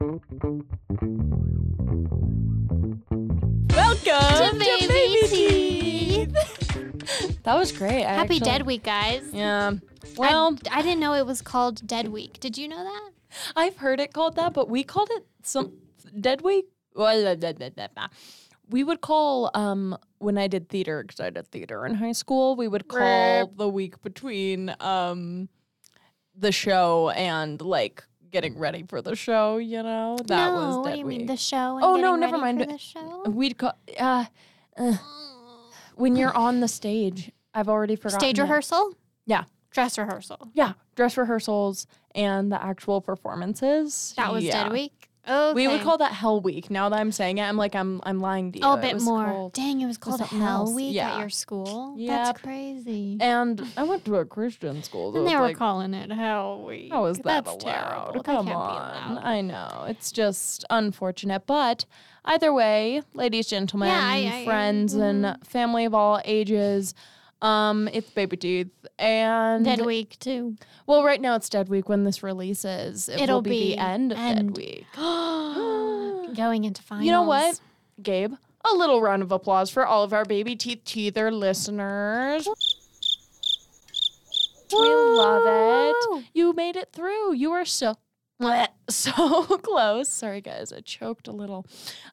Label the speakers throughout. Speaker 1: Welcome
Speaker 2: To baby teeth.
Speaker 1: That was great. I
Speaker 2: Happy
Speaker 1: actually-
Speaker 2: Dead Week, guys.
Speaker 1: Yeah.
Speaker 2: I-
Speaker 1: Well,
Speaker 2: I, didn't know it was called Dead Week. Did you know that?
Speaker 1: I've heard it called that, but we called it some dead week. We would call um when I did theater because I did theater in high school. We would call
Speaker 2: Right.
Speaker 1: the week between um the show and like getting ready for the show. You know that
Speaker 2: no,
Speaker 1: was dead
Speaker 2: what do you
Speaker 1: week.
Speaker 2: mean the show? and
Speaker 1: Oh, no,
Speaker 2: getting
Speaker 1: never
Speaker 2: ready
Speaker 1: mind.
Speaker 2: For the show.
Speaker 1: We'd call uh, uh, when you're on the stage. I've already forgotten
Speaker 2: Stage
Speaker 1: it.
Speaker 2: rehearsal.
Speaker 1: Yeah.
Speaker 2: Dress rehearsal.
Speaker 1: Yeah, dress rehearsals and the actual performances.
Speaker 2: That was
Speaker 1: Yeah.
Speaker 2: Dead Week. Okay.
Speaker 1: We would call that Hell Week. Now that I'm saying it, I'm like I'm I'm lying to you.
Speaker 2: Oh, a
Speaker 1: It
Speaker 2: bit
Speaker 1: was
Speaker 2: more.
Speaker 1: called-
Speaker 2: Dang, it was called
Speaker 1: something
Speaker 2: Hell
Speaker 1: else.
Speaker 2: Week
Speaker 1: Yeah.
Speaker 2: at your school.
Speaker 1: Yep.
Speaker 2: That's crazy.
Speaker 1: And I went to a Christian school. So
Speaker 2: And they
Speaker 1: it's
Speaker 2: were
Speaker 1: like,
Speaker 2: calling it Hell Week.
Speaker 1: how is that
Speaker 2: That's
Speaker 1: allowed?
Speaker 2: terrible. That
Speaker 1: Come
Speaker 2: can't be
Speaker 1: on.
Speaker 2: allowed.
Speaker 1: I know. It's just unfortunate. But either way, ladies, gentlemen,
Speaker 2: Yeah, I- mm-hmm. I-
Speaker 1: friends, and family of all ages, um, it's Baby Teeth. And
Speaker 2: Dead Week too.
Speaker 1: well, right now it's Dead Week when this releases. It will
Speaker 2: It'll
Speaker 1: be,
Speaker 2: be
Speaker 1: the end of
Speaker 2: end.
Speaker 1: Dead Week.
Speaker 2: Going into finals.
Speaker 1: You know what, Gabe? A little round of applause for all of our baby teeth teether listeners. We love
Speaker 2: Woo!
Speaker 1: it. You made it through. You are so so close. Sorry guys, I choked a little.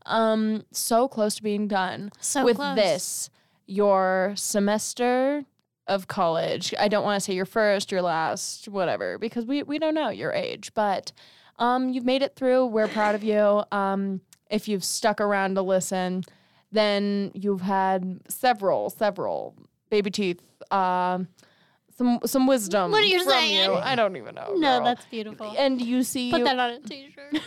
Speaker 1: Um so close to being done
Speaker 2: So
Speaker 1: with
Speaker 2: Oh, close.
Speaker 1: this your semester of college. I don't want to say your first, your last, whatever because we we don't know your age, but um you've made it through. We're proud of you. Um if you've stuck around to listen, then you've had several several baby teeth um some some wisdom
Speaker 2: What are you
Speaker 1: from
Speaker 2: saying?
Speaker 1: you. I don't even know.
Speaker 2: No,
Speaker 1: girl.
Speaker 2: that's beautiful.
Speaker 1: and you see
Speaker 2: Put that on a t-shirt.
Speaker 1: it,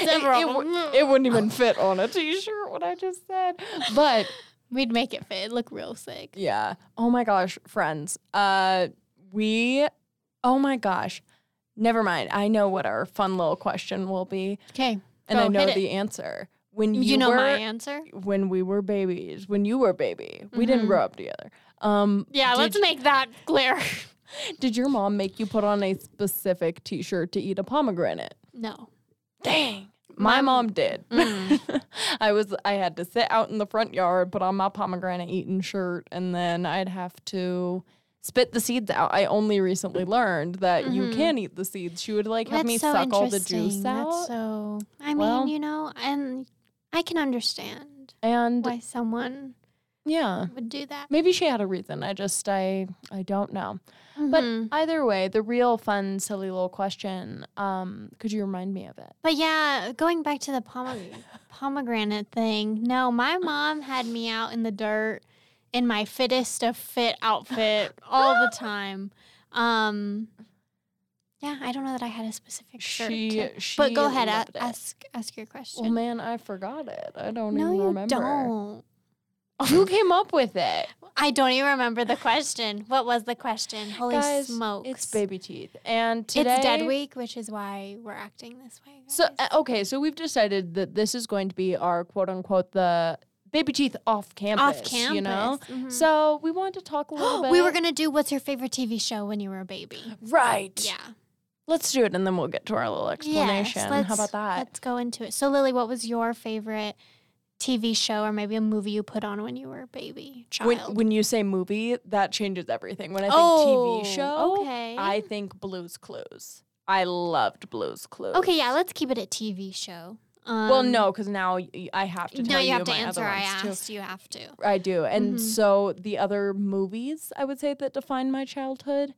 Speaker 1: it,
Speaker 2: Several.
Speaker 1: wou- it wouldn't even fit on a t-shirt what I just said. But
Speaker 2: We'd make it fit. It'd look real sick.
Speaker 1: Yeah. Oh my gosh, friends. Uh we oh my gosh. Never mind. I know what our fun little question will be
Speaker 2: Okay.
Speaker 1: and
Speaker 2: Go,
Speaker 1: I know
Speaker 2: hit it.
Speaker 1: the answer. When
Speaker 2: You,
Speaker 1: you,
Speaker 2: know
Speaker 1: were,
Speaker 2: my answer?
Speaker 1: when we were babies, when you were a baby, we didn't
Speaker 2: Mm-hmm.
Speaker 1: grow up together. Um
Speaker 2: Yeah,
Speaker 1: did,
Speaker 2: let's make that clear.
Speaker 1: did your mom make you put on a specific t-shirt to eat a pomegranate?
Speaker 2: no.
Speaker 1: Dang. My mom did.
Speaker 2: Mm.
Speaker 1: I was I had to sit out in the front yard, put on my pomegranate eating shirt, and then I'd have to spit the seeds out. I only recently learned that you can eat the seeds. She would like have
Speaker 2: Mm-hmm. That's
Speaker 1: me
Speaker 2: so
Speaker 1: suck all the
Speaker 2: interesting.
Speaker 1: juice out.
Speaker 2: That's so. I mean,
Speaker 1: Well-
Speaker 2: you know, and I can understand
Speaker 1: and
Speaker 2: why someone
Speaker 1: yeah.
Speaker 2: would do that.
Speaker 1: Maybe she had a reason. I just I I don't know.
Speaker 2: Mm-hmm. Hmm.
Speaker 1: But either way, the real fun, silly little question, um, could you remind me of it?
Speaker 2: But yeah, going back to the pomegranate, pomegranate thing. No, my mom had me out in the dirt in my fittest of fit outfit all the time. Um, yeah, I don't know that I had a specific shirt.
Speaker 1: She-
Speaker 2: to-
Speaker 1: she
Speaker 2: but go ahead, a-
Speaker 1: loved it.
Speaker 2: ask ask your
Speaker 1: Well
Speaker 2: question.
Speaker 1: man, I forgot it. I don't
Speaker 2: no,
Speaker 1: even
Speaker 2: you
Speaker 1: remember.
Speaker 2: don't.
Speaker 1: Who came up with it?
Speaker 2: I don't even remember the question. What was the question? Holy
Speaker 1: Guys,
Speaker 2: smokes!
Speaker 1: It's baby teeth. And today
Speaker 2: It's dead week, which is why we're acting this way.
Speaker 1: So
Speaker 2: guys.
Speaker 1: uh, okay, so we've decided that this is going to be our quote unquote the baby teeth off campus.
Speaker 2: off campus,
Speaker 1: you know.
Speaker 2: Mhm.
Speaker 1: So we want to talk a little bit.
Speaker 2: we were gonna do what's your favorite TV show when you were a baby.
Speaker 1: right.
Speaker 2: Yeah.
Speaker 1: Let's do it, and then we'll get to our little explanation. How about
Speaker 2: let's-
Speaker 1: that?
Speaker 2: Let's go into it. So, Lily, what was your favorite TV show or maybe a movie you put on when you were a baby child?
Speaker 1: When, when you say movie, that changes everything. When I think
Speaker 2: Oh,
Speaker 1: TV show,
Speaker 2: okay.
Speaker 1: I think Blue's Clues. I loved Blue's Clues.
Speaker 2: okay, yeah, let's keep it a TV show. Um,
Speaker 1: Well, no, because now y- I have to.
Speaker 2: no,
Speaker 1: tell
Speaker 2: you have to
Speaker 1: my
Speaker 2: answer.
Speaker 1: Other
Speaker 2: I
Speaker 1: ones, too.
Speaker 2: asked. You have to.
Speaker 1: I do. And
Speaker 2: Mhm.
Speaker 1: so the other movies I would say that define my childhood.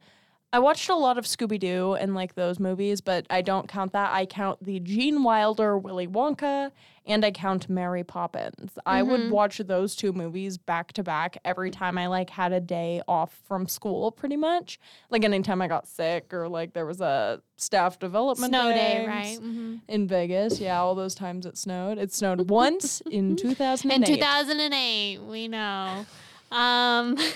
Speaker 1: I watched a lot of Scooby Doo and like those movies, but I don't count that. I count the Gene Wilder, Willy Wonka, and I count Mary Poppins. I
Speaker 2: Mm-hmm.
Speaker 1: would watch those two movies back to back every time I like had a day off from school, pretty much. Like anytime I got sick or like there was a staff development
Speaker 2: Snow day,
Speaker 1: thing
Speaker 2: right? hmm
Speaker 1: in Vegas. Yeah, all those times it snowed. It snowed once in two thousand and
Speaker 2: In
Speaker 1: eight.
Speaker 2: 2008, we know. Um,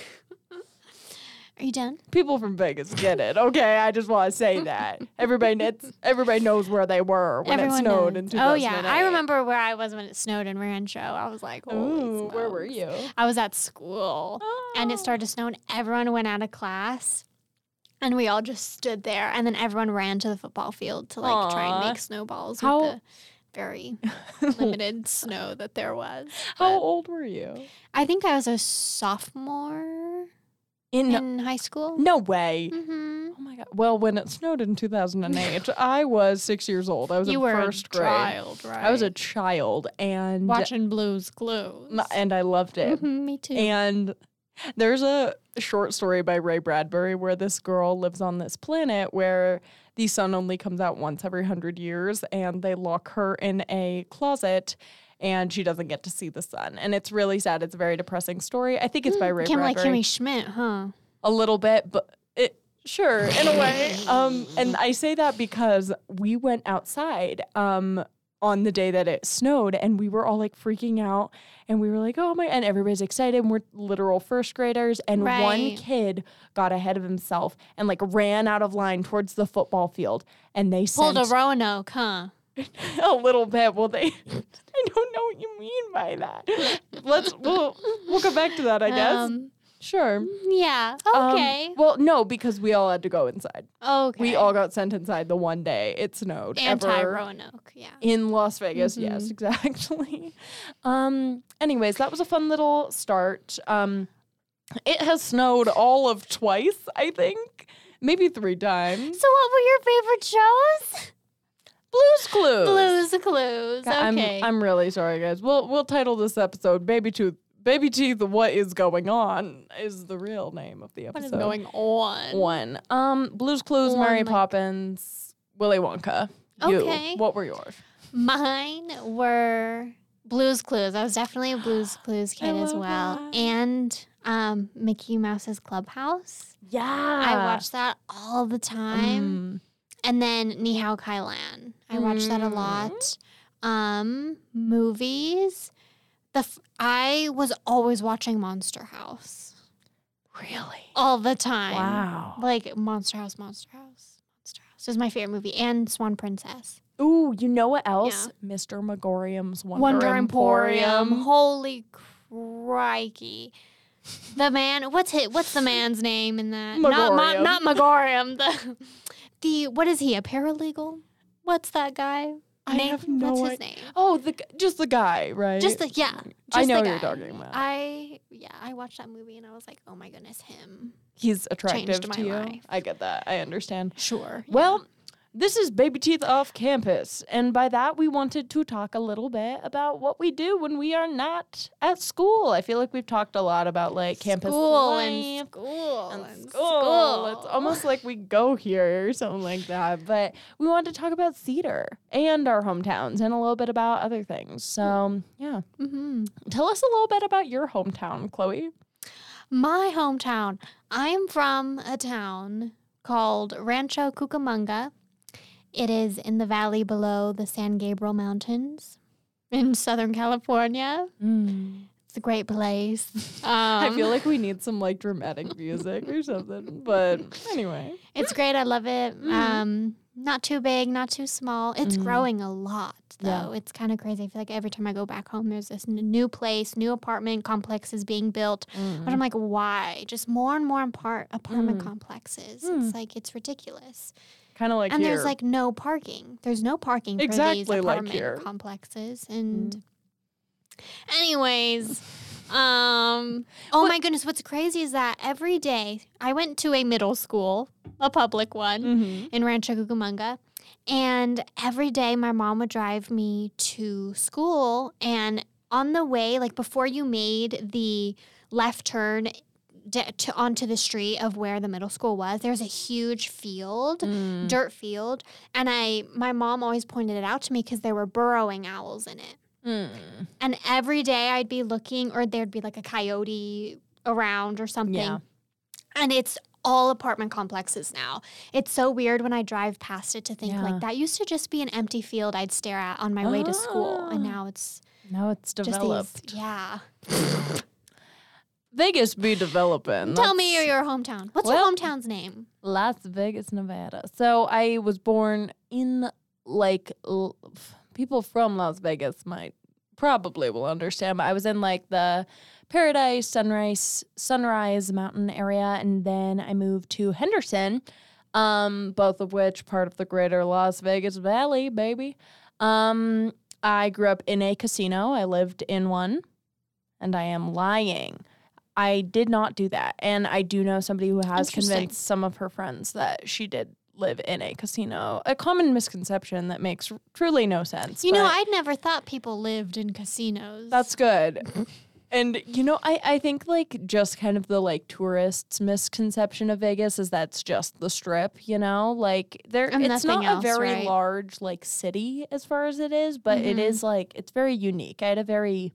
Speaker 2: are you done?
Speaker 1: people from Vegas get it. Okay, I just want to say that everybody it's, everybody knows where they were when it snowed in
Speaker 2: knows.
Speaker 1: 2008.
Speaker 2: Oh yeah, I remember where I was when it snowed in Rancho. I was like, Holy
Speaker 1: Ooh, where were
Speaker 2: smokes.
Speaker 1: you?
Speaker 2: I was at school. and
Speaker 1: Oh.
Speaker 2: it started snowing. Everyone went out of class. And we all just stood there, and then everyone ran to the football field to like try and
Speaker 1: Aw.
Speaker 2: make snowballs
Speaker 1: How-
Speaker 2: with the very limited snow that there was.
Speaker 1: How
Speaker 2: But
Speaker 1: old were you?
Speaker 2: I think I was a sophomore
Speaker 1: In no,
Speaker 2: in high school.
Speaker 1: way.
Speaker 2: hmm
Speaker 1: Oh my god. Well, when it snowed in 2008, I was 6 years old. I was
Speaker 2: You
Speaker 1: in
Speaker 2: were
Speaker 1: first
Speaker 2: a
Speaker 1: grade.
Speaker 2: child, right?
Speaker 1: I was a child and
Speaker 2: watching Blues Clues.
Speaker 1: and I loved it.
Speaker 2: Mhm, me too.
Speaker 1: And there's a short story by Ray Bradbury where this girl lives on this planet where the sun only comes out once every hundred years, and they lock her in a closet. And she doesn't get to see the sun. And it's really sad. It's a very depressing story. I think it's by Ray
Speaker 2: Hmm, Kim like
Speaker 1: Bradbury.
Speaker 2: Kimmy Schmidt, huh?
Speaker 1: a little bit, but it sure in a way. Um, and I say that because we went outside um on the day that it snowed, and we were all like freaking out, and we were like, "Oh my!" And everybody's excited. And we're literal first graders, and one
Speaker 2: Right.
Speaker 1: kid got ahead of himself and like ran out of line towards the football field, and they
Speaker 2: Pulled
Speaker 1: sent
Speaker 2: a Roanoke, huh?
Speaker 1: a little bit. Well, they, I don't know what you mean by that. Let's we'll we'll go back to that, I guess.
Speaker 2: Um,
Speaker 1: sure.
Speaker 2: yeah.
Speaker 1: Um,
Speaker 2: Okay.
Speaker 1: well, no, because we all had to go inside.
Speaker 2: okay.
Speaker 1: We all got sent inside the one day it snowed. ever
Speaker 2: anti Roanoke. Yeah.
Speaker 1: In Las Vegas,
Speaker 2: Mm-hmm.
Speaker 1: yes, exactly. Um, anyways, that was a fun little start. Um, it has snowed all of twice, I think, maybe three times.
Speaker 2: So, what were your favorite shows?
Speaker 1: Blues Clues.
Speaker 2: Blues Clues.
Speaker 1: God,
Speaker 2: Okay.
Speaker 1: I'm, I'm really sorry, guys. We'll we'll title this episode "Baby Tooth." Baby Teeth. What is going on? Is the real name of the episode.
Speaker 2: what is going on?
Speaker 1: One. Um, Blue's Clues,
Speaker 2: One,
Speaker 1: Mary
Speaker 2: like-
Speaker 1: Poppins, Willy Wonka. You.
Speaker 2: Okay.
Speaker 1: What were yours?
Speaker 2: Mine were Blues Clues. I was definitely a Blues Clues kid as
Speaker 1: love
Speaker 2: well.
Speaker 1: that.
Speaker 2: And um, Mickey Mouse's Clubhouse.
Speaker 1: Yeah.
Speaker 2: I
Speaker 1: Ah.
Speaker 2: watched that all the
Speaker 1: Mm.
Speaker 2: time. And then Ni Hao Kai Lan. I watched that a
Speaker 1: Mm.
Speaker 2: lot. Um, movies. The f- I was always watching Monster House
Speaker 1: Really?
Speaker 2: all the time.
Speaker 1: Wow.
Speaker 2: Like Monster House, Monster House, Monster House is my favorite movie, and Swan Princess.
Speaker 1: Ooh, you know what else? Mr. Megorium's Wonder, Emporium.
Speaker 2: Holy crikey. The man, what's his, what's the man's name in that? Not Ma-
Speaker 1: Megorium.
Speaker 2: not Megorium. The the what is he? A paralegal? What's that guy?
Speaker 1: I
Speaker 2: name?
Speaker 1: have no
Speaker 2: What's
Speaker 1: i-
Speaker 2: his name?
Speaker 1: Oh, the g- just the guy, right?
Speaker 2: Just the yeah.
Speaker 1: I
Speaker 2: just the
Speaker 1: know who you're
Speaker 2: guy.
Speaker 1: talking about.
Speaker 2: I yeah, I watched that movie and I was like, oh my goodness, him.
Speaker 1: He's attractive
Speaker 2: my
Speaker 1: to you.
Speaker 2: life.
Speaker 1: I get that. I understand.
Speaker 2: Sure.
Speaker 1: Well, this is Baby Teeth Off Campus, and by that we wanted to talk a little bit about what we do when we are not at school. I feel like we've talked a lot about like campus
Speaker 2: school
Speaker 1: life
Speaker 2: and school
Speaker 1: and
Speaker 2: and
Speaker 1: school. It's
Speaker 2: school.
Speaker 1: almost like we go here or something like that. But we wanted to talk about Cedar and our hometowns and a little bit about other things. So yeah,
Speaker 2: Mhm.
Speaker 1: tell us a little bit about your hometown, Chloe.
Speaker 2: My hometown. I'm from a town called Rancho Cucamonga. It is in the valley below the San Gabriel Mountains in Southern California. It's a great place. Mm. Um,
Speaker 1: I feel like we need some like dramatic music or something. But anyway.
Speaker 2: it's great. I love it.
Speaker 1: Mm-hmm.
Speaker 2: Um, not too big, not too small. It's growing a lot,
Speaker 1: Yeah.
Speaker 2: though. It's kind of crazy. I feel like every time I go back home, there's this n- new place, new apartment complexes being built. But
Speaker 1: Mm.
Speaker 2: I'm like, why? Just more and more apart- apartment complexes.
Speaker 1: Mm.
Speaker 2: It's like, it's ridiculous.
Speaker 1: Kind of like
Speaker 2: and
Speaker 1: here.
Speaker 2: there's like no parking. There's no parking for
Speaker 1: Exactly
Speaker 2: these
Speaker 1: like
Speaker 2: apartment
Speaker 1: here. Mm-hmm.
Speaker 2: complexes. And anyways, um oh my goodness, what's crazy is that every day I went to a middle school, a public one
Speaker 1: Mhm.
Speaker 2: in Rancho Cucamonga. And every day my mom would drive me to school and on the way like before you made the left turn d- to, onto the street of where the middle school was there's a huge field
Speaker 1: Mm.
Speaker 2: dirt field and i my mom always pointed it out to me because there were burrowing owls in it
Speaker 1: Mm.
Speaker 2: and every day i'd be looking or there'd be like a coyote around or something
Speaker 1: Yeah.
Speaker 2: and it's all apartment complexes now it's so weird when i drive past it to think
Speaker 1: Yeah.
Speaker 2: like that used to just be an empty field i'd stare at on my way to school and
Speaker 1: Ah.
Speaker 2: now it's
Speaker 1: Now it's
Speaker 2: just
Speaker 1: developed.
Speaker 2: these yeah
Speaker 1: Vegas be developing.
Speaker 2: tell
Speaker 1: That's
Speaker 2: me your hometown what's
Speaker 1: Well-
Speaker 2: your hometown's name
Speaker 1: Las Vegas, Nevada. So I was born in like l- f- people from Las Vegas might probably will understand, but I was in like the Paradise, Sunrise, Sunrise Mountain area, and then I moved to Henderson, um, both of which part of the greater Las Vegas Valley, baby. Um, I grew up in a casino. I lived in one, and I am lying. I did not do that, and I do know somebody who has
Speaker 2: Interesting.
Speaker 1: convinced some of her friends that she did live in a casino. A common misconception that makes truly no sense.
Speaker 2: You know,
Speaker 1: but-
Speaker 2: I'd never thought people lived in casinos.
Speaker 1: that's good. and you know, I, I think like just kind of the like tourists misconception of Vegas is that's just the strip, you know? Like there
Speaker 2: And
Speaker 1: it's
Speaker 2: nothing
Speaker 1: not
Speaker 2: else,
Speaker 1: a very
Speaker 2: right?
Speaker 1: large like city as far as it is, but it
Speaker 2: Mhm.
Speaker 1: is like it's very unique. I had a very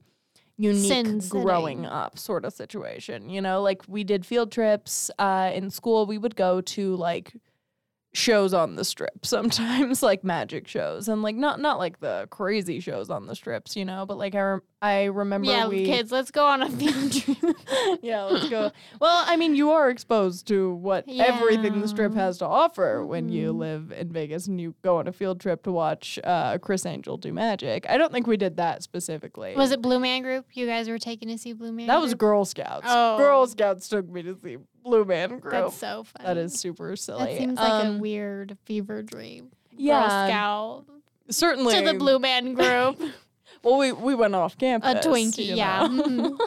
Speaker 1: unique
Speaker 2: Sin City.
Speaker 1: growing up sort of situation, you know? Like we did field trips uh in school, we would go to like shows on the strip sometimes like magic shows and like not not like the crazy shows on the strips you know but like i, rem- I remember
Speaker 2: yeah,
Speaker 1: we
Speaker 2: kids, let's go on a field trip.
Speaker 1: yeah let's go well i mean you are exposed to what everything the strip
Speaker 2: Yeah.
Speaker 1: has to offer when you
Speaker 2: Mhm.
Speaker 1: live in vegas and you go on a field trip to watch uh, chris angel do magic i don't think we did that specifically
Speaker 2: was it Blue Man Group? You guys were taking to see Blue Man.
Speaker 1: that was
Speaker 2: Group?
Speaker 1: girl scouts
Speaker 2: Oh.
Speaker 1: girl scouts took me to see blue man group
Speaker 2: That's so funny.
Speaker 1: that is super silly
Speaker 2: That seems like a
Speaker 1: Um,
Speaker 2: weird fever dream.
Speaker 1: yeah
Speaker 2: Girl
Speaker 1: certainly
Speaker 2: Scout to the Blue Man Group.
Speaker 1: Well, we, we went off
Speaker 2: a
Speaker 1: campus.
Speaker 2: Twinkie,
Speaker 1: you
Speaker 2: yeah.
Speaker 1: know.
Speaker 2: Mm.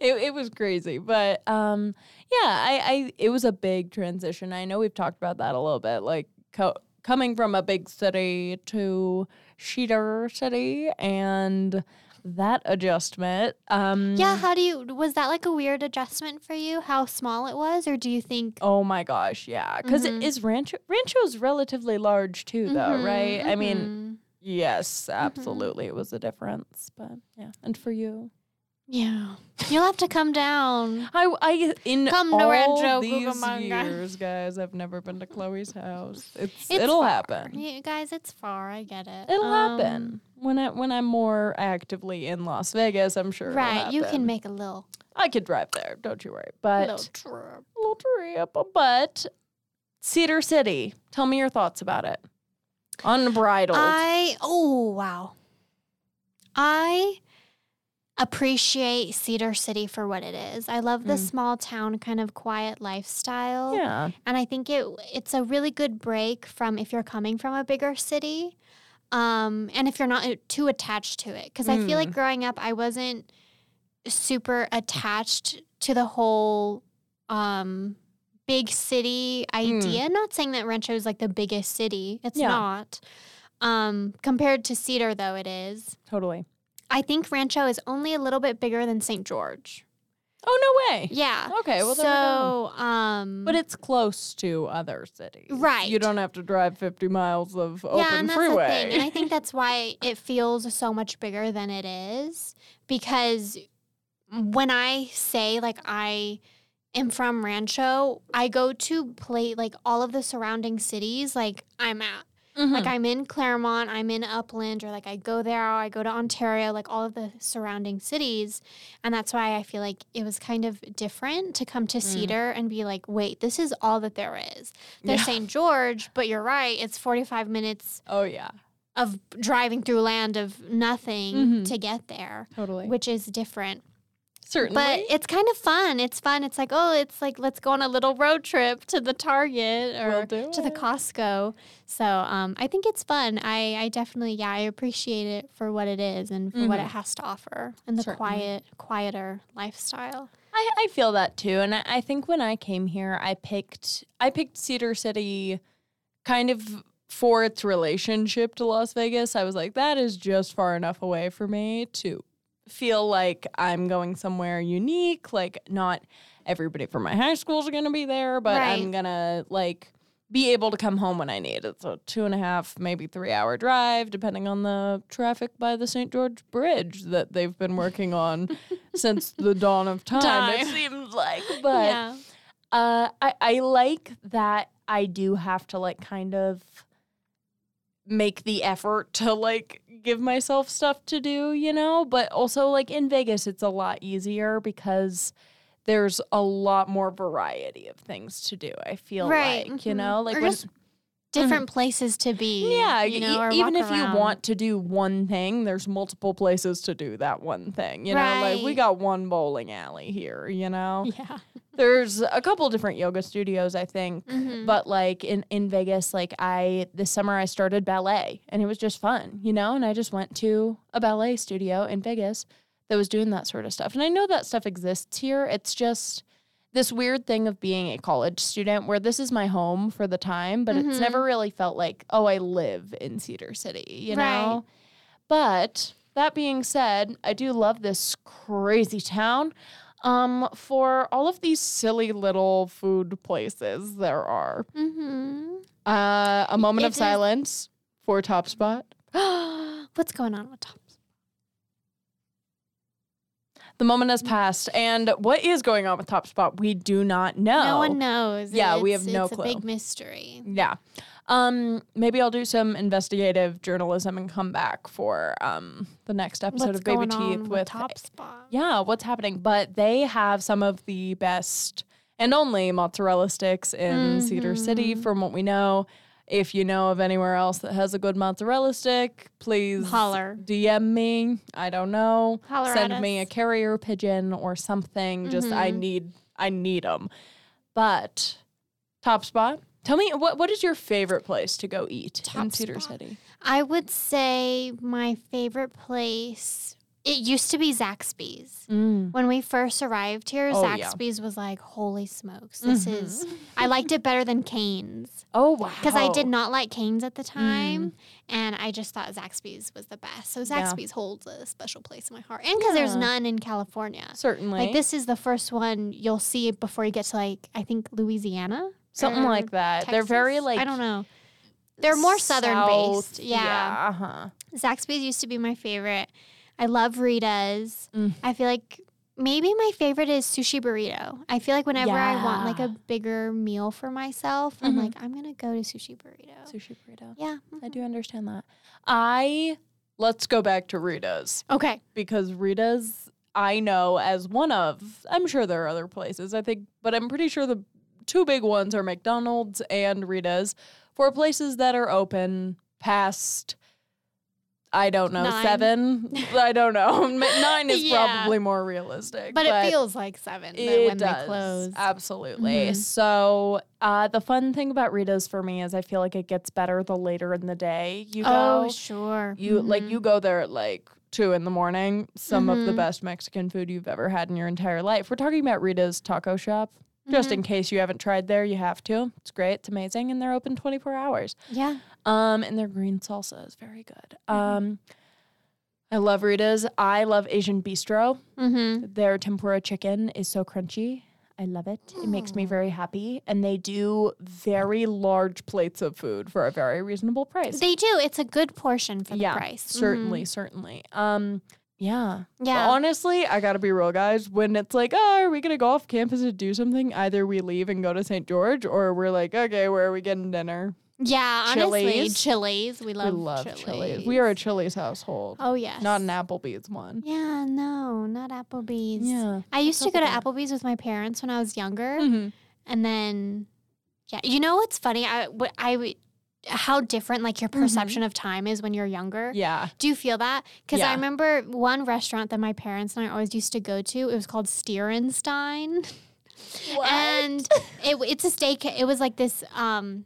Speaker 1: it, it was crazy, but um, yeah, I, I it was a big transition. I know we've talked about that a little bit, like co- coming from a big city to Cheater City and that adjustment. Um,
Speaker 2: Yeah, how do you was that like a weird adjustment for you? How small it was, or do you think
Speaker 1: Oh my gosh, yeah, because
Speaker 2: Mhm.
Speaker 1: is Rancho Rancho's relatively large too, though,
Speaker 2: Mhm,
Speaker 1: right? I mean,
Speaker 2: mhm.
Speaker 1: yes,
Speaker 2: Mm-hmm.
Speaker 1: absolutely, it was a difference, but yeah, and for you.
Speaker 2: Yeah. You'll have to come down.
Speaker 1: I, I in
Speaker 2: Come to
Speaker 1: all
Speaker 2: Rancho
Speaker 1: these
Speaker 2: Cucamonga.
Speaker 1: years, guys, I've never been to Chloe's house. It's,
Speaker 2: It's
Speaker 1: it'll
Speaker 2: far.
Speaker 1: happen.
Speaker 2: You guys, it's far. I get it.
Speaker 1: It'll
Speaker 2: Um,
Speaker 1: happen when I when I'm more actively in Las Vegas. I'm sure. it'll
Speaker 2: Right. You can
Speaker 1: happen.
Speaker 2: make a little,
Speaker 1: I could drive there. Don't you worry.
Speaker 2: little
Speaker 1: But
Speaker 2: trip.
Speaker 1: little trip. But Cedar City. Tell me your thoughts about it. Unbridled.
Speaker 2: I oh wow. I appreciate Cedar City for what it is. I love the
Speaker 1: Mm.
Speaker 2: small town kind of quiet lifestyle.
Speaker 1: yeah.
Speaker 2: And I think it it's a really good break from if you're coming from a bigger city. Um, and if you're not too attached to it cuz I feel
Speaker 1: Hmm.
Speaker 2: like growing up I wasn't super attached to the whole um big city idea. Not saying that Rancho is like the biggest city. It's
Speaker 1: Hmm. Yeah.
Speaker 2: not. Um compared to Cedar though it is.
Speaker 1: Totally.
Speaker 2: I think Rancho is only a little bit bigger than St. George.
Speaker 1: Oh no way.
Speaker 2: Yeah.
Speaker 1: Okay. Well, there we go.
Speaker 2: so um
Speaker 1: But it's close to other cities. You
Speaker 2: Right.
Speaker 1: don't have to drive 50 miles of open
Speaker 2: yeah, and that's
Speaker 1: freeway.
Speaker 2: the thing. And I think that's why it feels so much bigger than it is because when I say like I am from Rancho, I go to play like all of the surrounding cities like I'm at.
Speaker 1: Mm-hmm. Hmm.
Speaker 2: Like I'm in Claremont, I'm in Upland, or like I go there, or I go to Ontario, like all of the surrounding cities. And that's why I feel like it was kind of different to come to
Speaker 1: Hmm.
Speaker 2: Cedar and be like, wait, this is all that there is. There's
Speaker 1: Yeah.
Speaker 2: St. George, but you're right, it's 45 minutes
Speaker 1: Oh yeah,
Speaker 2: of driving through land of nothing
Speaker 1: Mhm.
Speaker 2: to get there,
Speaker 1: totally.
Speaker 2: which is different.
Speaker 1: Certainly.
Speaker 2: But it's kind of fun. It's fun. It's like, oh, it's like let's go on a little road trip to the Target or
Speaker 1: We'll do
Speaker 2: to the
Speaker 1: it.
Speaker 2: Costco. So um, I think it's fun. I, I definitely, yeah, I appreciate it for what it is and for what it has to offer and the
Speaker 1: Mm-hmm. Certainly.
Speaker 2: quiet, quieter lifestyle.
Speaker 1: I, I feel that too, and I, I think when I came here, I picked I picked Cedar City, kind of for its relationship to Las Vegas. I was like, that is just far enough away for me to feel like I'm going somewhere unique. Like not everybody from my high school is gonna be there, but I'm
Speaker 2: Right.
Speaker 1: gonna like be able to come home when I need. It's a two and a half, maybe three hour drive, depending on the traffic by the St. George Bridge that they've been working on since the dawn of time,
Speaker 2: Time.
Speaker 1: it seems like. But
Speaker 2: yeah.
Speaker 1: uh, I, I like that I do have to like kind of make the effort to like give myself stuff to do, you know? But also like in Vegas it's a lot easier because there's a lot more variety of things to do. I feel
Speaker 2: Right,
Speaker 1: like, you
Speaker 2: mhm.
Speaker 1: know, like
Speaker 2: Or
Speaker 1: when-
Speaker 2: just different places to be.
Speaker 1: Yeah,
Speaker 2: you
Speaker 1: y-
Speaker 2: know,
Speaker 1: y-
Speaker 2: or
Speaker 1: even
Speaker 2: walk
Speaker 1: if you
Speaker 2: around.
Speaker 1: want to do one thing, there's multiple places to do that one thing. You know, like we
Speaker 2: Right.
Speaker 1: got one bowling alley here. You know,
Speaker 2: Yeah.
Speaker 1: there's a couple different yoga studios, I think.
Speaker 2: Mhm.
Speaker 1: But like in, in Vegas, like I, this summer I started ballet and it was just fun, you know? And I just went to a ballet studio in Vegas that was doing that sort of stuff. And I know that stuff exists here. It's just this weird thing of being a college student where this is my home for the time, but it's
Speaker 2: Mhm.
Speaker 1: never really felt like, oh, I live in Cedar City, you
Speaker 2: Right.
Speaker 1: know? But that being said, I do love this crazy town um, for all of these silly little food places there are.
Speaker 2: Mm-hmm.
Speaker 1: Uh, a moment
Speaker 2: It
Speaker 1: of
Speaker 2: is-
Speaker 1: silence for Top Spot.
Speaker 2: What's going on with Tom?
Speaker 1: The moment has passed, and what is going on with Top Spot? We do not know.
Speaker 2: No one knows.
Speaker 1: Yeah, we
Speaker 2: It's-
Speaker 1: have no
Speaker 2: it's
Speaker 1: clue.
Speaker 2: a big mystery.
Speaker 1: Yeah. Um, maybe I'll do some investigative journalism and come back for um, the next episode
Speaker 2: What's
Speaker 1: of Baby
Speaker 2: going on
Speaker 1: Teeth
Speaker 2: with
Speaker 1: with
Speaker 2: Top Spot?
Speaker 1: Yeah, what's happening? But they have some of the best and only mozzarella sticks in Cedar City,
Speaker 2: Mhm.
Speaker 1: from what we know. If you know of anywhere else that has a good mozzarella stick, please
Speaker 2: Holler.
Speaker 1: DM me. I don't know.
Speaker 2: Holler
Speaker 1: Send
Speaker 2: at
Speaker 1: me a
Speaker 2: us.
Speaker 1: carrier pigeon or something. Just I
Speaker 2: Mhm.
Speaker 1: need I need them. But top spot. Tell me what what is your favorite place to go eat in
Speaker 2: Top
Speaker 1: Cedar
Speaker 2: spot.
Speaker 1: City?
Speaker 2: I would say my favorite place. It used to be Zaxby's.
Speaker 1: Mm.
Speaker 2: When we first arrived here,
Speaker 1: Oh, yeah.
Speaker 2: Zaxby's was like, holy smokes, this is. I liked it better than Cane's
Speaker 1: Oh wow! Mm.
Speaker 2: because I did not like Cane's at the time, and I just thought Zaxby's was the best. So
Speaker 1: Yeah.
Speaker 2: Zaxby's holds a special place in my heart, and because there's
Speaker 1: Yeah.
Speaker 2: none in California.
Speaker 1: certainly
Speaker 2: Like this is the first one you'll see before you get to like I think Louisiana,
Speaker 1: something
Speaker 2: or
Speaker 1: like that. Uh, They're very
Speaker 2: Texas?
Speaker 1: like
Speaker 2: I don't know. They're more southern
Speaker 1: South-
Speaker 2: based. Yeah.
Speaker 1: yeah uh-huh.
Speaker 2: Zaxby's used to be my favorite. I love Rita's.
Speaker 1: Mm.
Speaker 2: I feel like maybe my favorite is sushi burrito. I feel like whenever I want like
Speaker 1: Yeah.
Speaker 2: a bigger meal for myself, I'm
Speaker 1: Mhm.
Speaker 2: like I'm going to go to sushi burrito.
Speaker 1: Sushi burrito.
Speaker 2: Oh. Yeah.
Speaker 1: I do understand that. I let's go back to Rita's
Speaker 2: Okay.
Speaker 1: because Rita's I know as one of I'm sure there are other places I think, but I'm pretty sure the two big ones are McDonald's and Rita's for places that are open past. I don't know
Speaker 2: Nine.
Speaker 1: seven. I don't know. Nine is
Speaker 2: Yeah.
Speaker 1: probably more realistic,
Speaker 2: But, it feels like 7 that
Speaker 1: It
Speaker 2: when they close.
Speaker 1: Absolutely.
Speaker 2: Mhm.
Speaker 1: So uh, the fun thing about Rita's for me is I feel like it gets better the later in the day you go.
Speaker 2: oh, sure.
Speaker 1: you like
Speaker 2: Mhm.
Speaker 1: you go there at like two in the morning. Some of the
Speaker 2: Mhm.
Speaker 1: best Mexican food you've ever had in your entire life. We're talking about Rita's Taco Shop. Just
Speaker 2: Mhm.
Speaker 1: in case you haven't tried there, you have to. It's great. It's amazing, and they're open twenty four hours.
Speaker 2: Yeah.
Speaker 1: Um, and their green salsa is very good.
Speaker 2: Mhm.
Speaker 1: Um, I love Rita's. I love Asian Bistro.
Speaker 2: Mhm.
Speaker 1: Their tempura chicken is so crunchy. I love it. It makes me very happy. And they do very large plates of food for a very reasonable price.
Speaker 2: They do. It's a good portion for the
Speaker 1: yeah,
Speaker 2: price.
Speaker 1: certainly, certainly. Um, yeah.
Speaker 2: Mhm. Yeah.
Speaker 1: Honestly, I gotta be real, guys. When it's like, oh, are we gonna go off campus and do something? Either we leave and go to St. George, or we're like, okay, where are we getting dinner?
Speaker 2: Yeah, honestly,
Speaker 1: Chili's.
Speaker 2: Chili's. We love,
Speaker 1: we love
Speaker 2: Chili's.
Speaker 1: Chili's. We are a Chili's household,
Speaker 2: Oh yes.
Speaker 1: not an Applebee's one.
Speaker 2: Yeah, no, not Applebee's.
Speaker 1: Yeah.
Speaker 2: I used to
Speaker 1: What's
Speaker 2: go to
Speaker 1: up
Speaker 2: Applebee's with my parents when I was younger,
Speaker 1: hmm
Speaker 2: and then, yeah, you know what's funny? I what I w- how different like your perception of time is when you're younger.
Speaker 1: Mm-hmm. Yeah.
Speaker 2: Do you feel that? Because
Speaker 1: Yeah.
Speaker 2: I remember one restaurant that my parents and I always used to go to. It was called Steerenstein. And it, it's a steak. It was like this um,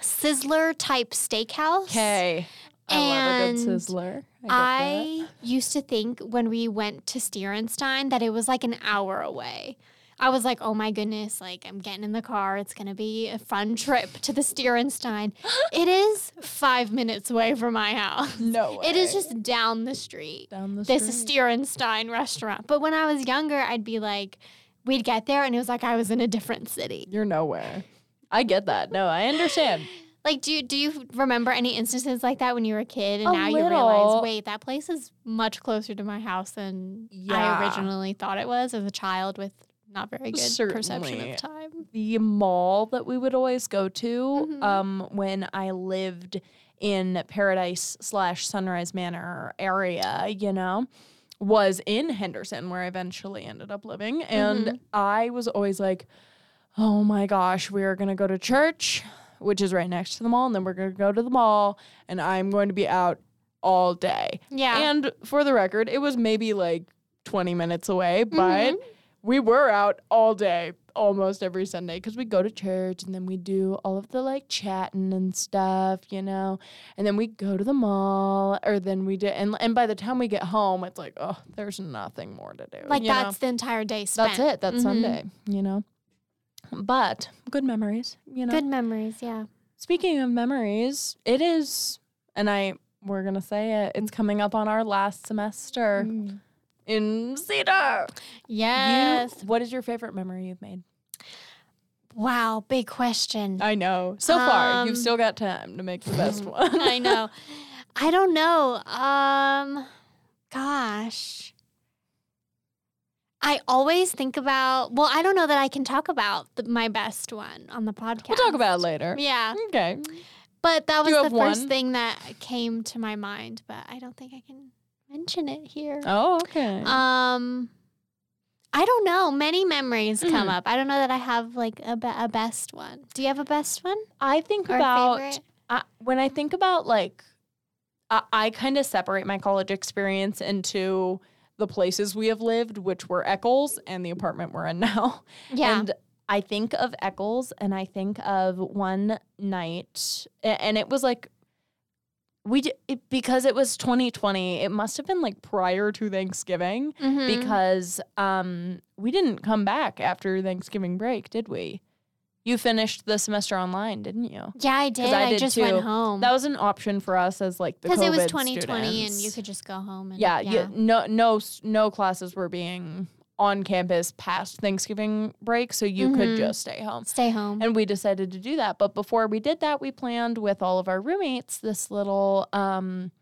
Speaker 2: sizzler type steakhouse.
Speaker 1: Okay. I love a good
Speaker 2: And
Speaker 1: sizzler. I, get
Speaker 2: I used to think when we went to Steerenstein that it was like an hour away. I was like, oh my goodness, like I'm getting in the car. It's going to be a fun trip to the Steerenstein. it is five minutes away from my house.
Speaker 1: that. no.
Speaker 2: It is
Speaker 1: way.
Speaker 2: just down the street.
Speaker 1: down the
Speaker 2: There's a Steerenstein restaurant. But when I was younger, I'd be like, we'd get there and it was like I was in a different city.
Speaker 1: You're nowhere. I get that. No, I understand.
Speaker 2: Like, do you, do you remember any instances like that when you were a kid and
Speaker 1: A
Speaker 2: now you
Speaker 1: little.
Speaker 2: realize, wait, that place is much closer to my house than
Speaker 1: Yeah.
Speaker 2: I originally thought it was as a child with not very good perception
Speaker 1: Certainly.
Speaker 2: of time?
Speaker 1: the mall that we would always go to
Speaker 2: Mhm.
Speaker 1: um, when I lived in Paradise slash Sunrise Manor area, you know, was in Henderson, where I eventually ended up living. And I was always like, oh my gosh, we are going to go to church. which is right next to the mall. And then we're going to go to the mall, and I'm going to be out all day.
Speaker 2: Yeah.
Speaker 1: And for the record, it was maybe like 20 minutes away,
Speaker 2: Mm-hmm.
Speaker 1: but we were out all day almost every Sunday because we go to church and then we do all of the like chatting and stuff, you know. And then we go to the mall or then we did and and by the time we get home, it's like, oh, there's nothing more to do.
Speaker 2: like
Speaker 1: you know?
Speaker 2: that's the entire day spent.
Speaker 1: that's it. That's
Speaker 2: Mhm.
Speaker 1: Sunday, you know. But good memories, you know.
Speaker 2: Good memories, yeah.
Speaker 1: Speaking of memories, it is, and I we're gonna say it. It's coming up on our last semester
Speaker 2: Mm.
Speaker 1: in Cedar.
Speaker 2: Yes.
Speaker 1: You, what is your favorite memory you've made?
Speaker 2: wow, big question.
Speaker 1: I know. So far,
Speaker 2: Um,
Speaker 1: you've still got time to make the best one.
Speaker 2: I know. I don't know. Um gosh. I always think about well, I don't know that I can talk about the, my best one on the podcast.
Speaker 1: We'll talk about it later.
Speaker 2: Yeah.
Speaker 1: Okay.
Speaker 2: But that
Speaker 1: Do
Speaker 2: was
Speaker 1: you
Speaker 2: the
Speaker 1: have
Speaker 2: first
Speaker 1: one?
Speaker 2: thing that came to my mind, but I don't think I can mention it here.
Speaker 1: Oh, okay.
Speaker 2: Um, I don't know. Many memories come
Speaker 1: Mhm.
Speaker 2: up. I don't know that I have like a, be- a best one. Do you have a best one
Speaker 1: I think
Speaker 2: or a
Speaker 1: about
Speaker 2: favorite?
Speaker 1: I, when I think about like, I, I kind of separate my college experience into the places we have lived, which were Eccles and the apartment we're in now.
Speaker 2: Yeah.
Speaker 1: And I think of Eccles and I think of one night, a- and it was like, we d- it, because it was 2020, it must have been like prior to Thanksgiving
Speaker 2: Mhm.
Speaker 1: because um, we didn't come back after Thanksgiving break, did we? You finished the semester online, didn't you?
Speaker 2: yeah, I did.
Speaker 1: I
Speaker 2: I,
Speaker 1: did
Speaker 2: just
Speaker 1: too.
Speaker 2: went home
Speaker 1: That was an option for us as like the
Speaker 2: because
Speaker 1: COVID
Speaker 2: it was 2020 and you
Speaker 1: students.
Speaker 2: could just go home. And,
Speaker 1: yeah, yeah. No, no, s- no classes were being on campus past Thanksgiving break, so you could
Speaker 2: Mhm.
Speaker 1: just stay home.
Speaker 2: Stay home.
Speaker 1: And we decided to do that. But before we did that, we planned with all of our roommates this little um,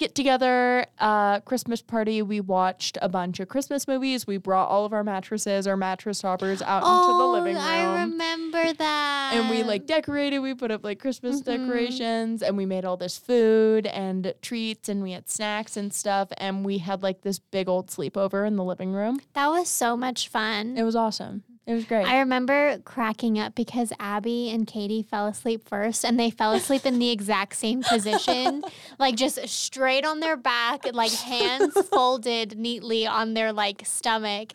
Speaker 1: get together uh, Christmas party. We watched a bunch of Christmas movies. We brought all of our mattresses, our mattress toppers out into the
Speaker 2: oh,
Speaker 1: living room.
Speaker 2: I remember that.
Speaker 1: and we like decorated, we put up like Christmas
Speaker 2: Mhm.
Speaker 1: decorations and we made all this food and treats and we had snacks and stuff. And we had like this big old sleepover in the living room.
Speaker 2: that was so much fun.
Speaker 1: It was awesome. It was great.
Speaker 2: I remember cracking up because Abby and Katie fell asleep first and they fell asleep in the exact same position, like just straight on their back, like hands folded neatly on their like stomach.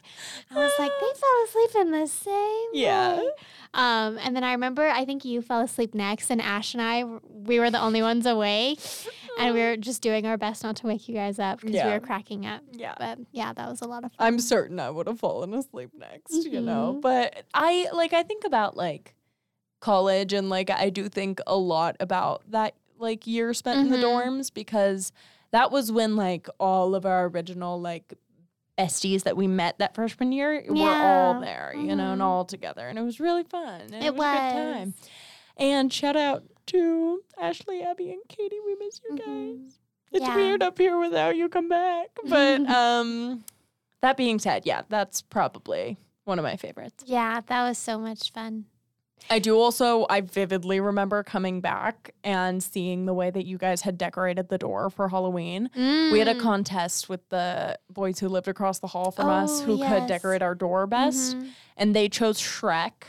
Speaker 2: I was like, they fell asleep in the same
Speaker 1: Yeah.
Speaker 2: way. Um, and then I remember, I think you fell asleep next, and Ash and I, we were the only ones awake, and we were just doing our best not to wake you guys up because we
Speaker 1: Yeah.
Speaker 2: were cracking up.
Speaker 1: yeah.
Speaker 2: But yeah, that was a lot of fun.
Speaker 1: I'm certain I would have fallen asleep next, you know. But I like I think about like college and like I do think a lot about that like year spent in the
Speaker 2: Mhm.
Speaker 1: dorms because that was when like all of our original like besties that we met that freshman year were
Speaker 2: Yeah.
Speaker 1: all there, you know, and
Speaker 2: Mhm.
Speaker 1: all together. And it was really fun. and Mm-hmm. it,
Speaker 2: It
Speaker 1: was, a good time. And shout out to Ashley, Abby, and Katie. We miss you guys.
Speaker 2: Mhm.
Speaker 1: It's
Speaker 2: Yeah.
Speaker 1: weird up here without you come back. But um that being said, yeah, that's probably one of my favorites.
Speaker 2: Yeah, that was so much fun.
Speaker 1: I do also I vividly remember coming back and seeing the way that you guys had decorated the door for Halloween. We had a
Speaker 2: Mm.
Speaker 1: contest with the boys who lived across the hall from us
Speaker 2: Oh,
Speaker 1: who
Speaker 2: yes.
Speaker 1: could decorate our door best
Speaker 2: Mhm.
Speaker 1: and they chose Shrek.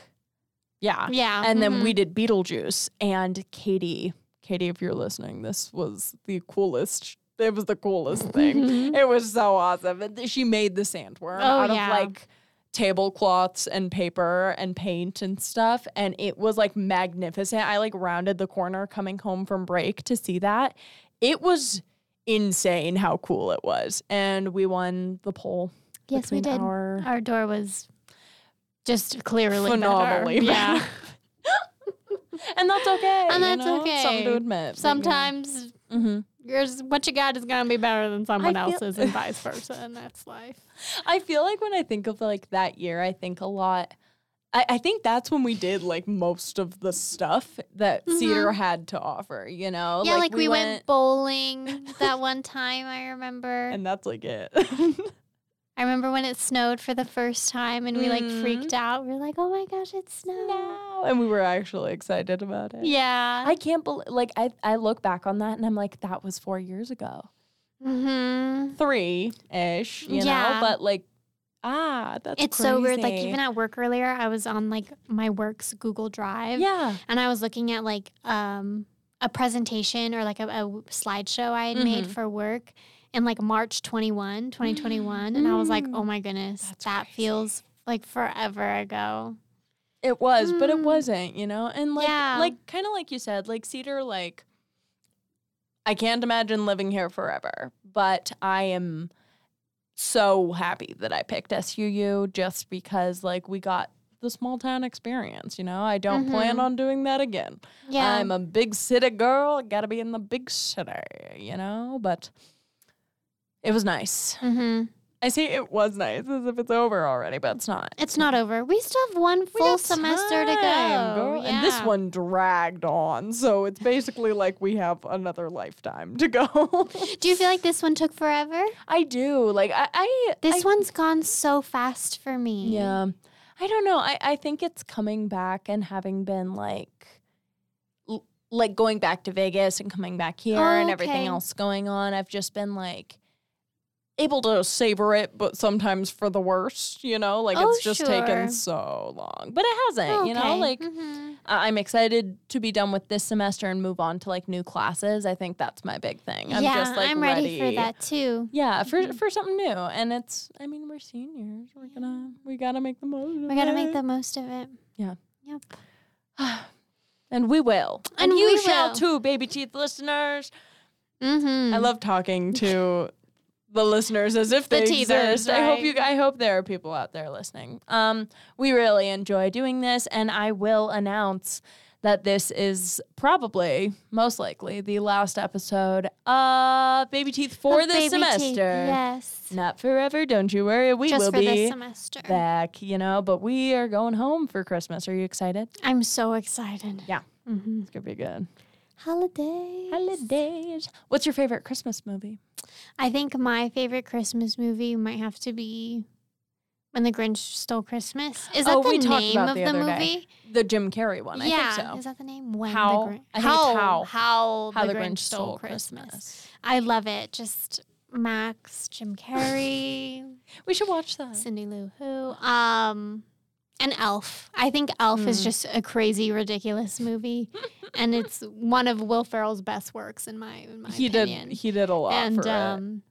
Speaker 1: Yeah.
Speaker 2: Yeah.
Speaker 1: And then
Speaker 2: mhm.
Speaker 1: we did Beetlejuice and Katie. Katie, if you're listening, this was the coolest. It was the coolest thing. it was so awesome. And th- she made the sandworm
Speaker 2: Mm-hmm. Oh,
Speaker 1: out
Speaker 2: yeah.
Speaker 1: of like tablecloths and paper and paint and stuff. And it was like magnificent. I like rounded the corner coming home from break to see that. It was insane how cool it was. And we won the poll.
Speaker 2: Yes, we
Speaker 1: between
Speaker 2: did. Our,
Speaker 1: Our
Speaker 2: door was just clearly better.
Speaker 1: phenomenally
Speaker 2: Yeah.
Speaker 1: bad. and that's okay. you
Speaker 2: And that's
Speaker 1: know? It's Something to
Speaker 2: okay.
Speaker 1: admit.
Speaker 2: Sometimes
Speaker 1: hmm
Speaker 2: yours, what you got is gonna be better than someone
Speaker 1: feel-
Speaker 2: else's, and vice versa, and that's life.
Speaker 1: I feel like when I think of like that year, I think a lot. I, I think that's when we did like most of the stuff that Cedar had to offer. You know,
Speaker 2: Mm-hmm. yeah, like, we, went, bowling that one time. I remember.
Speaker 1: and that's like it.
Speaker 2: I remember when it snowed for the first time, and we like
Speaker 1: Mhm.
Speaker 2: freaked out. We were like, "Oh my gosh, it snowed!"
Speaker 1: no, and we were actually excited about it.
Speaker 2: Yeah.
Speaker 1: I can't believe. Like I, I look back on that and I'm like, that was four years ago,
Speaker 2: mm-hmm.
Speaker 1: three ish. You
Speaker 2: Yeah.
Speaker 1: know, but like. Ah, that's
Speaker 2: it's so weird. Like
Speaker 1: crazy.
Speaker 2: even at work earlier, I was on like my work's Google Drive,
Speaker 1: yeah.
Speaker 2: and I was looking at like um, a presentation or like a, a slideshow I had made
Speaker 1: Mhm.
Speaker 2: for work in like March 21, 2021, and I was like, oh
Speaker 1: Mm.
Speaker 2: my goodness,
Speaker 1: That's
Speaker 2: that
Speaker 1: crazy.
Speaker 2: feels like forever ago.
Speaker 1: It was, but it
Speaker 2: Mm.
Speaker 1: wasn't, you know? And like
Speaker 2: Yeah.
Speaker 1: like kind of like you said, like Cedar like I can't imagine living here forever, but I am so happy that I picked SUU just because like we got the small town experience, you know? I don't plan
Speaker 2: Mhm.
Speaker 1: on doing that again.
Speaker 2: Yeah,
Speaker 1: I'm a big city girl, got to be in the big city, you know? But it was nice.
Speaker 2: hmm
Speaker 1: I say it was nice as if it's over already, but it's not.
Speaker 2: it's not over. We still have one
Speaker 1: We
Speaker 2: full
Speaker 1: got
Speaker 2: semester to go.
Speaker 1: time, girl. And this
Speaker 2: Yeah.
Speaker 1: one dragged on. So it's basically like we have another lifetime to go.
Speaker 2: Do you feel like this one took forever?
Speaker 1: I do. Like, I. I
Speaker 2: This
Speaker 1: I,
Speaker 2: one's gone so fast for me.
Speaker 1: Yeah. I don't know. I, I think it's coming back and having been like. l- Like going back to Vegas and coming back here and everything
Speaker 2: Okay.
Speaker 1: else going on, I've just been like able to savor it, but sometimes for the worst, you know? Like
Speaker 2: Oh,
Speaker 1: it's just
Speaker 2: sure.
Speaker 1: taken so long, but it hasn't, you know?
Speaker 2: Oh, Okay.
Speaker 1: Like
Speaker 2: Mhm.
Speaker 1: I- I'm excited to be done with this semester and move on to like new classes. I think that's my big thing. I'm
Speaker 2: yeah,
Speaker 1: just like
Speaker 2: I'm ready. for that too.
Speaker 1: Yeah, for
Speaker 2: Mhm.
Speaker 1: for something new. And it's I mean, we're seniors. We're gonna we gotta make the most of
Speaker 2: We gotta make
Speaker 1: it.
Speaker 2: the most of it.
Speaker 1: Yeah.
Speaker 2: Yep.
Speaker 1: And we will.
Speaker 2: And
Speaker 1: you
Speaker 2: we
Speaker 1: shall
Speaker 2: will.
Speaker 1: too, baby teeth listeners.
Speaker 2: Mm-hmm.
Speaker 1: I love talking to the listeners as if
Speaker 2: The
Speaker 1: they
Speaker 2: teethers,
Speaker 1: exist. I hope you
Speaker 2: right?
Speaker 1: I hope there are people out there listening. Um, we really enjoy doing this and I will announce that this is probably most likely the last episode of Baby Teeth for
Speaker 2: Of
Speaker 1: this
Speaker 2: baby teeth,
Speaker 1: semester.
Speaker 2: Yes.
Speaker 1: Not forever, don't you worry. We
Speaker 2: Just
Speaker 1: will
Speaker 2: for
Speaker 1: be
Speaker 2: this semester.
Speaker 1: back, you know, but we are going home for Christmas. Are you excited?
Speaker 2: I'm so excited.
Speaker 1: Yeah.
Speaker 2: hmm
Speaker 1: It's going to be good.
Speaker 2: Holidays.
Speaker 1: Holidays. What's your favorite Christmas movie?
Speaker 2: I think my favorite Christmas movie might have to be When the Grinch Stole Christmas. Is that
Speaker 1: Oh,
Speaker 2: the
Speaker 1: we talked
Speaker 2: name
Speaker 1: about
Speaker 2: of
Speaker 1: the
Speaker 2: the,
Speaker 1: other day.
Speaker 2: movie?
Speaker 1: The Jim Carrey one,
Speaker 2: yeah.
Speaker 1: I think so.
Speaker 2: Is that the name? When
Speaker 1: How-
Speaker 2: the Grinch
Speaker 1: I think it's
Speaker 2: how,
Speaker 1: How.
Speaker 2: how,
Speaker 1: How
Speaker 2: the, Grinch, Stole, Christmas.
Speaker 1: Christmas.
Speaker 2: I love it. Just Max, Jim Carrey,
Speaker 1: We should watch that.
Speaker 2: Cindy Lou Who, um, and Elf. I think Elf is
Speaker 1: Mm.
Speaker 2: just a crazy, ridiculous movie, and it's one of Will Ferrell's best works in my in my
Speaker 1: He
Speaker 2: opinion.
Speaker 1: did. He did a lot
Speaker 2: and
Speaker 1: for it.
Speaker 2: um,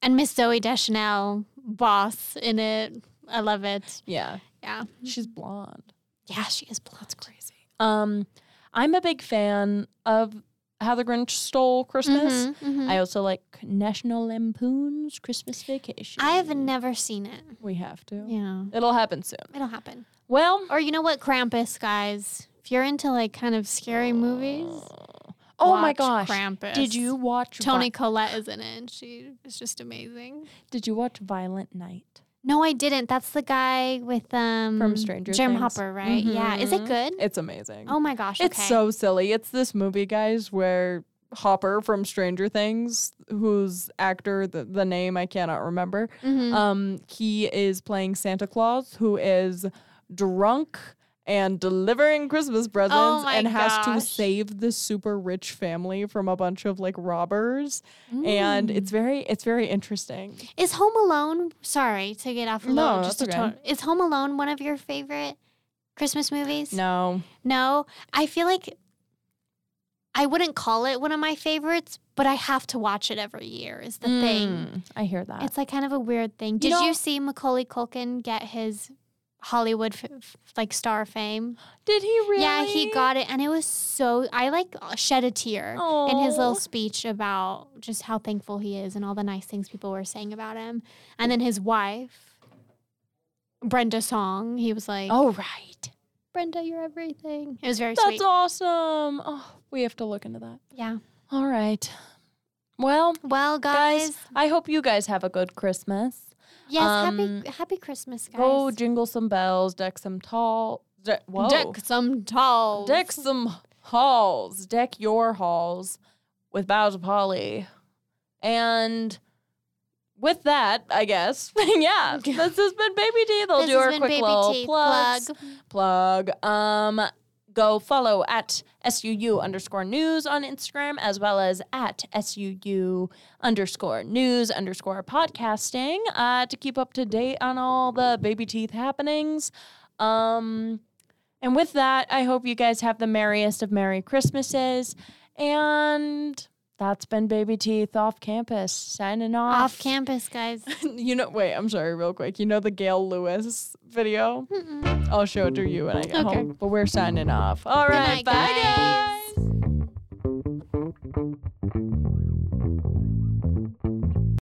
Speaker 2: and Miss Zoe Deschanel, boss in it. I love it.
Speaker 1: Yeah,
Speaker 2: Yeah,
Speaker 1: she's blonde.
Speaker 2: yeah, she is blonde.
Speaker 1: Crazy. Um, I'm a big fan of How the Grinch Stole Christmas.
Speaker 2: Mhm, mhm.
Speaker 1: I also like National Lampoon's Christmas Vacation.
Speaker 2: I have never seen it.
Speaker 1: We have to.
Speaker 2: Yeah,
Speaker 1: It'll happen soon.
Speaker 2: it'll happen.
Speaker 1: Well.
Speaker 2: Or you know what, Krampus, guys. If you're into like kind of scary movies,
Speaker 1: Oh my
Speaker 2: watch
Speaker 1: gosh.
Speaker 2: Krampus.
Speaker 1: Did you watch Vi-
Speaker 2: Tony Collette is in it, and she is just amazing.
Speaker 1: did you watch Violent Night?
Speaker 2: No, I didn't. That's the guy with um
Speaker 1: Stranger
Speaker 2: Jim
Speaker 1: Things.
Speaker 2: Hopper, right? Yeah. Is it
Speaker 1: Mhm.
Speaker 2: good?
Speaker 1: It's amazing.
Speaker 2: Oh my gosh!
Speaker 1: It's
Speaker 2: okay.
Speaker 1: so silly. It's this movie, guys, where Hopper from Stranger Things, whose actor the, the name I cannot remember,
Speaker 2: Mhm.
Speaker 1: um, he is playing Santa Claus, who is drunk and delivering Christmas presents
Speaker 2: Oh my
Speaker 1: and has to
Speaker 2: gosh.
Speaker 1: save the super rich family from a bunch of like robbers. And
Speaker 2: Mm.
Speaker 1: it's very it's very interesting.
Speaker 2: is Home Alone. Sorry to get off a
Speaker 1: No,
Speaker 2: little. Just
Speaker 1: that's
Speaker 2: a
Speaker 1: okay.
Speaker 2: to- is Home Alone one of your favorite Christmas movies?
Speaker 1: No.
Speaker 2: No, I feel like I wouldn't call it one of my favorites, but I have to watch it every year. Is the thing.
Speaker 1: Mm, I hear that.
Speaker 2: It's like kind of a weird thing. Did you,
Speaker 1: know-
Speaker 2: see Macaulay Culkin get his Hollywood f- f- like star fame?
Speaker 1: Did he really?
Speaker 2: Yeah, he got it, and it was so. I like shed a tear in his little speech about just how thankful he is and all the nice things people were saying about him. And then his wife, Brenda Song, he was like,
Speaker 1: Oh right.
Speaker 2: Brenda, you're everything." It was very
Speaker 1: That's
Speaker 2: sweet.
Speaker 1: awesome. Oh, we have to look into that.
Speaker 2: yeah.
Speaker 1: All right. Well,
Speaker 2: Well, guys,
Speaker 1: guys, I hope you guys have a good Christmas.
Speaker 2: yes,
Speaker 1: um,
Speaker 2: happy happy Christmas, guys.
Speaker 1: Go jingle some bells, deck some tall, de- whoa,
Speaker 2: Deck some dolls.
Speaker 1: deck some halls, deck your halls with boughs of holly, and with that, I guess, yeah, this has been Baby Teeth. I'll
Speaker 2: This
Speaker 1: do
Speaker 2: has
Speaker 1: our
Speaker 2: been
Speaker 1: quick
Speaker 2: Baby
Speaker 1: little
Speaker 2: Teeth
Speaker 1: plugs.
Speaker 2: plug.
Speaker 1: plug. Um, Go follow at SUU underscore news on Instagram, as well as at SUU underscore news underscore podcasting uh, to keep up to date on all the baby teeth happenings. Um, and with that, I hope you guys have the merriest of Merry Christmases. And that's been Baby Teeth off campus, signing off.
Speaker 2: Off campus, guys.
Speaker 1: You know, wait, I'm sorry, real quick. You know the Gail Lewis video?
Speaker 2: Mm-mm.
Speaker 1: I'll show it to you when I get
Speaker 2: Okay.
Speaker 1: home. But we're signing off. All right,
Speaker 2: night,
Speaker 1: bye,
Speaker 2: guys.